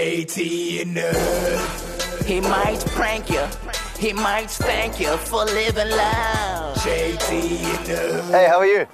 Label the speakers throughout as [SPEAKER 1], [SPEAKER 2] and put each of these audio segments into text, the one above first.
[SPEAKER 1] JT in the hood.
[SPEAKER 2] He might prank you. He might thank you for living loud.
[SPEAKER 1] JT in the hood.
[SPEAKER 3] Hey, how are you?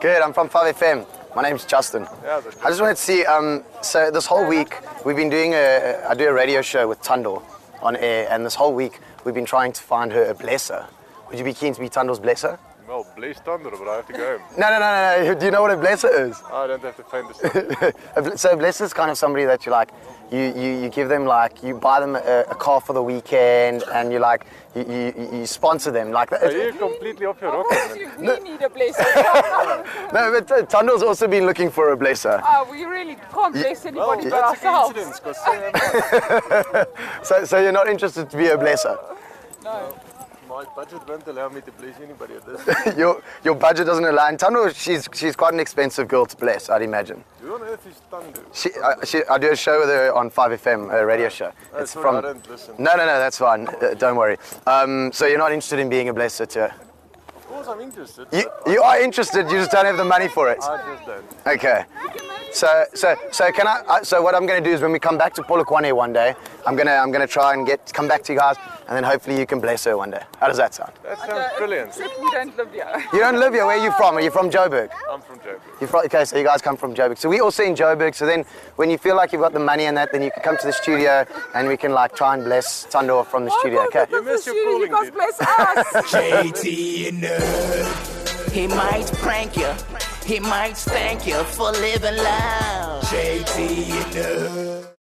[SPEAKER 3] Good, I'm from 5FM. My name's Justin.
[SPEAKER 4] Yeah, that's
[SPEAKER 3] I just wanted to see, um, so this whole week we've been doing a, I do a radio show with Tundor on air, and this whole week we've been trying to find her a blesser. Would you be keen to be Tundor's blesser?
[SPEAKER 4] Well, bless Thunder, but I have to go.
[SPEAKER 3] No, no, no, no, no. Do you know what a blesser is?
[SPEAKER 4] I don't have to find this. out.
[SPEAKER 3] A bl- So a blesser is kind of somebody that you like, you, you, you give them like, you buy them a, a car for the weekend, and you like, you, you, you- you sponsor them. Like,
[SPEAKER 4] Are you completely off your rocker? man?
[SPEAKER 5] Actually, we need a blesser.
[SPEAKER 3] No, but uh, Tundor's also been looking for a blesser.
[SPEAKER 5] uh, we really can't bless
[SPEAKER 4] Well,
[SPEAKER 5] anybody but
[SPEAKER 4] that's a
[SPEAKER 5] ourselves.
[SPEAKER 4] coincidence, 'cause, uh,
[SPEAKER 3] So, so you're not interested to be a blesser?
[SPEAKER 5] No.
[SPEAKER 4] my budget won't allow me to bless anybody at this.
[SPEAKER 3] your, your budget doesn't allow. And Tundor, she's, she's quite an expensive girl to bless, I'd imagine.
[SPEAKER 4] Who on earth is Thunder?
[SPEAKER 3] She, I, she, I do a show with her on 5FM, a radio show.
[SPEAKER 4] Oh, sorry, I don't listen.
[SPEAKER 3] No, no, no, that's fine. Uh, don't worry. Um, so you're not interested in being a blesser to her?
[SPEAKER 4] Of course, I'm interested.
[SPEAKER 3] You,
[SPEAKER 4] but
[SPEAKER 3] you are interested, you just don't have the money for it.
[SPEAKER 4] I just don't.
[SPEAKER 3] Okay. So, so, so can I? I- So, what I'm going to do is, when we come back to Polokwane one day, I'm gonna, I'm gonna try and get come back to you guys, and then hopefully you can bless her one day. How does that sound?
[SPEAKER 4] That sounds
[SPEAKER 5] Uh,
[SPEAKER 4] brilliant.
[SPEAKER 5] Except we don't live here.
[SPEAKER 3] You don't live here. Where are you from? Are you from Joburg?
[SPEAKER 4] I'm from Joburg.
[SPEAKER 3] You're from, okay, so you guys come from Joburg. So we also in Joburg. So then, when you feel like you've got the money and that, then you can come to the studio and we can like try and bless Tandor from the studio. Okay.
[SPEAKER 4] You missed your calling,
[SPEAKER 5] You guys
[SPEAKER 4] dude.
[SPEAKER 5] bless us.
[SPEAKER 1] JT in the hood.
[SPEAKER 2] He might prank you. He might thank you for living loud.
[SPEAKER 1] JT in the hood.